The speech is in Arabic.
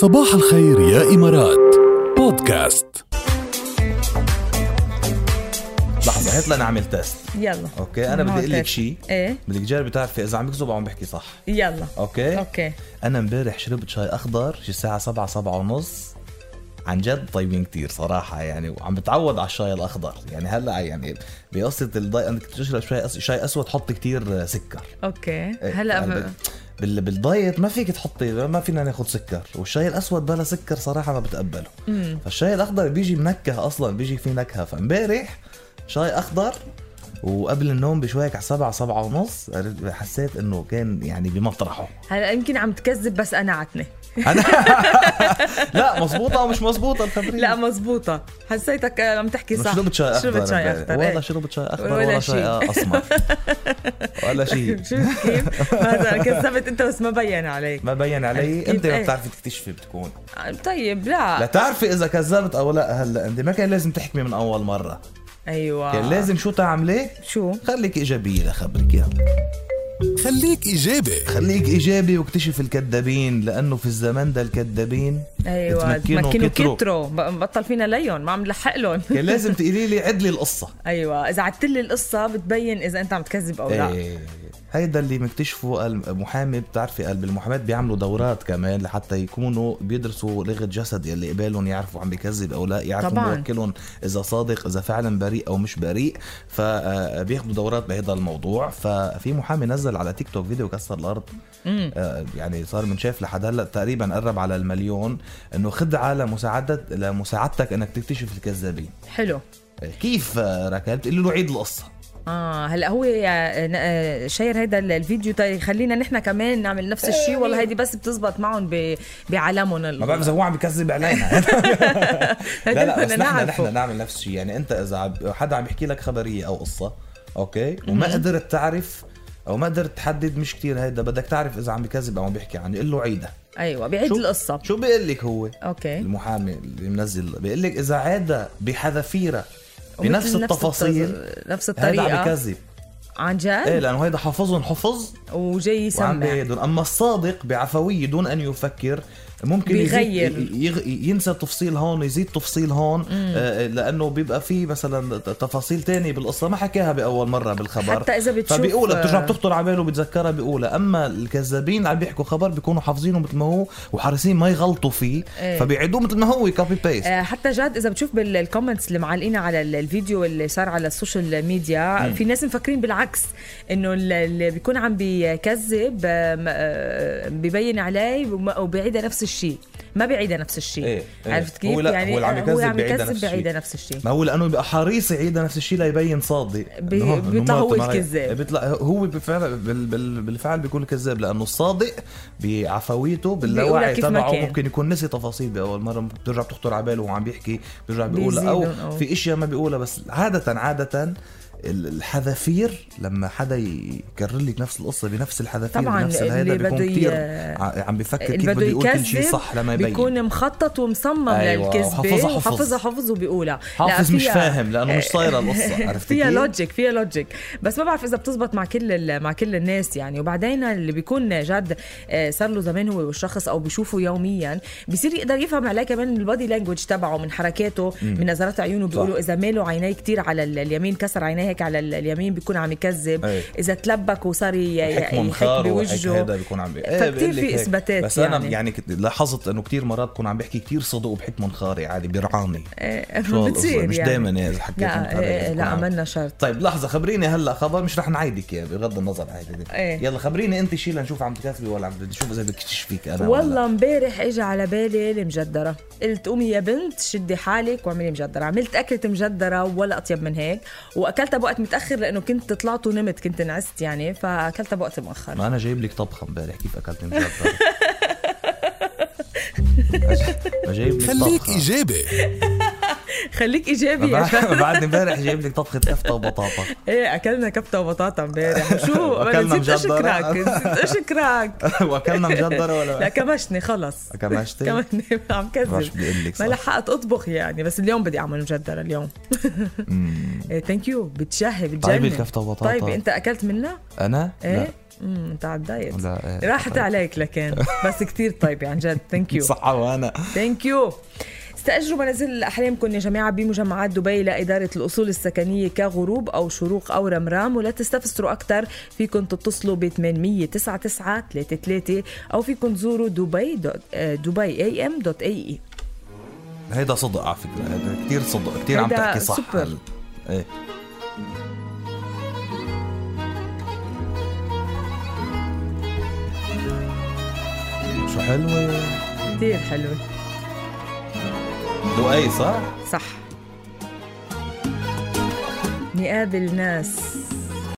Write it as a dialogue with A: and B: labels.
A: صباح الخير يا إمارات بودكاست
B: لحظة هات لنعمل تيست
C: يلا
B: اوكي انا بدي اقول لك شيء
C: ايه
B: بدك تجربي تعرفي اذا عم بكذب أو عم بحكي صح
C: يلا
B: اوكي
C: اوكي
B: انا امبارح شربت شاي اخضر شي الساعة 7 7 ونص عن جد طيبين كتير صراحة يعني وعم بتعود على الشاي الأخضر يعني هلا يعني بقصة الدايت أنك تشرب شاي أس- شاي أسود حط كتير سكر
C: اوكي
B: إيه،
C: هلا
B: يعني
C: ب...
B: بال- بال... بالدايت ما فيك تحطي ما فينا ناخد سكر والشاي الاسود بلا سكر صراحه ما بتقبله
C: مم.
B: فالشاي الاخضر بيجي منكه اصلا بيجي فيه نكهه فامبارح شاي اخضر وقبل النوم بشويك على سبعة سبعة ونص حسيت انه كان يعني بمطرحه
C: هلا يمكن عم تكذب بس قنعتني
B: انا لا مزبوطة او مش مزبوطة الخبرية
C: لا مزبوطة حسيتك آه، عم تحكي
B: مش
C: صح
B: شربت شاي اخضر
C: شربت شاي
B: امبارح.
C: اخضر إيه.
B: ولا شربت شاي اخضر
C: ولا
B: ولا, شاي
C: شيء.
B: اسمر ولا شيء
C: شفت كيف؟ مثلا كذبت انت بس ما بين عليك
B: ما بين
C: أكيد
B: علي انت ما
C: إيه.
B: بتعرفي تكتشفي بتكون
C: آه، طيب
B: لا
C: لا
B: تعرفي اذا كذبت او لا هلا انت ما كان لازم تحكمي من اول مره
C: ايوه
B: كان لازم شو تعملي
C: شو؟
B: خليك ايجابيه لخبرك اياها
A: خليك إيجابي
B: خليك ايجابي واكتشف الكذابين لانه في الزمان ده الكذابين
C: ايوه
B: بتمكنوا
C: تمكنوا
B: كتروا.
C: كتروا ب- بطل فينا ليون ما عم نلحق لهم
B: كان لازم تقولي لي عدلي القصه
C: ايوه اذا عدت لي القصه بتبين اذا انت عم تكذب او لا
B: إيه، هيدا اللي مكتشفه المحامي بتعرفي قلب المحاماة بيعملوا دورات كمان لحتى يكونوا بيدرسوا لغه جسد يلي قبالهم يعرفوا عم بيكذب او لا يعرفوا
C: طبعاً.
B: موكلهم اذا صادق اذا فعلا بريء او مش بريء فبياخذوا دورات بهذا الموضوع ففي محامي نزل على تيك توك فيديو كسر الارض
C: مم.
B: آه، يعني صار منشاف لحد هلا تقريبا قرب على المليون انه خدعه لمساعده لمساعدتك انك تكتشف الكذابين
C: حلو
B: آه، كيف آه، ركال بتقول له عيد القصه
C: اه هلا هو يا- ن- آه، شاير هذا ال- الفيديو تا يخلينا نحن كمان نعمل نفس الشيء والله هيدي بس بتزبط معهم ب... بعالمهم
B: ما بعرف اذا هو عم بكذب علينا لا لا بس نحن نحن نعمل نفس الشيء يعني انت اذا عم- حدا عم يحكي لك خبريه او قصه اوكي وما قدرت تعرف او ما قدرت تحدد مش كتير هيدا بدك تعرف اذا عم بكذب او عم بيحكي عنه قل له عيدها
C: ايوه بعيد
B: شو-
C: القصه
B: شو بيقول لك هو
C: اوكي
B: المحامي اللي منزل بيقول لك اذا عاد بحذافيره
C: ومثل
B: بنفس
C: نفس
B: التفاصيل
C: التز- نفس
B: هيدا
C: الطريقه
B: عم بكذب
C: عن
B: ايه
C: جد
B: لانه هيدا حافظهم حفظ
C: وجاي
B: وعم
C: يسمع
B: بيهدن اما الصادق بعفويه دون ان يفكر ممكن
C: بيغير.
B: يزيد يغ- ينسى تفصيل هون يزيد تفصيل هون آه، لانه بيبقى في مثلا ت- تفاصيل تانية بالقصه ما حكاها باول مره بالخبر
C: حتى اذا بتشوف
B: فبيقولها بترجع
C: آه،
B: بتخطر على باله بتذكرها بيقولها اما الكذابين اللي عم بيحكوا خبر بيكونوا حافظينه مثل ما هو وحريصين ما يغلطوا فيه
C: إيه.
B: فبيعيدوه مثل ما هو كوبي بيست
C: آه، حتى جاد اذا بتشوف بالكومنتس اللي معلقين على ال- الفيديو اللي صار على السوشيال ميديا في ناس مفكرين بالعكس انه ال- اللي بيكون عم بيكذب آه، م- آه، ببين عليه وما- وبيعيدها نفس الشيء ما بيعيدها نفس الشيء
B: إيه، إيه.
C: عرفت كيف
B: هو لا،
C: يعني
B: هو اللي عم
C: آه،
B: يكذب بيعيدها نفس الشيء.
C: بيعيدها نفس الشيء
B: ما هو لانه بيبقى حريص يعيد نفس الشيء ليبين صادق
C: بي-
B: إنه
C: بيطلع
B: إنه
C: هو
B: ما-
C: الكذاب.
B: بيطلع هو بالفعل بال- بال- بالفعل بيكون كذاب لانه الصادق بعفويته
C: بيقولها
B: باللاوعي
C: كيف ما
B: تبعه
C: كان.
B: ممكن يكون نسي تفاصيل باول مره بترجع بتخطر على باله وهو عم بيحكي بيرجع بيقولها او
C: بيزيدهم أو-
B: في اشياء ما بيقولها بس عاده عاده ال- الحذافير لما حدا يكرر لك نفس القصه بنفس الحذافير
C: طبعاً،
B: بنفس الهيدا
C: اللي
B: بيكون
C: بده ي-
B: كثير عم بفكر كيف
C: اللي
B: بده
C: بده
B: يقول كل شيء
C: يكذب
B: صح لما يبين
C: بيكون مخطط ومصمم
B: أيوة،
C: للكذبه
B: وحافظها حفظ.
C: وحافظها حفظ وبيقولها لا،
B: حافظ مش
C: فيها-
B: فاهم لانه مش صايره القصه عرفت
C: فيها
B: كيف؟
C: لوجيك فيها لوجيك بس ما بعرف اذا بتزبط مع كل ال- مع كل الناس يعني وبعدين اللي بيكون جد آه، صار له زمان هو والشخص او بشوفه يوميا بصير يقدر يفهم عليه كمان البادي لانجوج تبعه من حركاته من نظرات عيونه بيقولوا اذا ماله عينيه كتير على ال- اليمين كسر عينيه هيك على ال- اليمين بيكون عم يكذب
B: أيه.
C: اذا تلبك وصار ي-
B: حكمه
C: يحك
B: مخار وحك
C: يعني بوجهه
B: هيدا بيكون عم بي...
C: فكتير
B: بقول لك
C: في
B: هيك.
C: إثباتات
B: بس انا
C: يعني.
B: يعني كت- لاحظت انه كتير مرات بكون عم بحكي كتير صدق وبحكمه مخاري عادي بيرعاني
C: آه،
B: شو هالقصة؟
C: بتصير
B: مش
C: يعني.
B: دائما اذا حكيت
C: لا
B: مخاري
C: آه، آه،
B: بكون
C: لا
B: عم-
C: عملنا شرط
B: طيب لحظه خبريني هلا خبر مش رح نعيدك يا بغض النظر عادي
C: إيه.
B: يلا خبريني انت شي لنشوف عم تكاتبي ولا عم نشوف اذا بكتشفيك انا ولا لا.
C: والله امبارح اجى على بالي المجدره قلت قومي يا بنت شدي حالك واعملي مجدره عملت اكله مجدره ولا اطيب من هيك واكلتها بوقت متاخر لانه كنت طلعت ونمت كنت نعست يعني فاكلتها بوقت مؤخر
B: ما انا جايب لك طبخه امبارح كيف اكلت مجرد ما جايب لك
A: خليك
B: طبخه
A: إيجابي
C: خليك ايجابي يا شباب.
B: بعد بعد امبارح جايب لك طبخه كفته وبطاطا
C: ايه اكلنا كبته وبطاطا امبارح شو
B: أكلنا
C: أنا نسيت
B: مجدرة.
C: اشكرك نسيت اشكرك
B: واكلنا مجدره
C: لا
B: ولا
C: كمشني خلص
B: كمشتي؟
C: كمان عم
B: مش
C: كذب
B: بدي اقول لك صح
C: ما لحقت اطبخ يعني بس اليوم بدي اعمل مجدره اليوم
B: أمم.
C: ثانك يو بتشهي بتجنن
B: طيب الكفته وبطاطا
C: طيب انت اكلت منها؟
B: انا
C: ايه امم انت على الدايت
B: لا لا إيه.
C: راحت عليك لكن بس كتير طيب عن جد ثانك يو
B: صحة وانا
C: ثانك يو استأجروا منازل أحلامكم يا جماعة بمجمعات دبي لإدارة الأصول السكنية كغروب أو شروق أو رمرام ولا تستفسروا أكثر فيكم تتصلوا ب 800 9933 أو فيكم تزوروا دبي دوت آه، دبي اي ام دوت E. اي اي
B: هيدا صدق على فكرة هيدا كتير صدق كتير عم
C: هيدا
B: تحكي صح
C: سوبر.
B: هل- إيه. شو حلوة
C: كثير حلوة
B: لؤي صح؟
C: صح نقابل ناس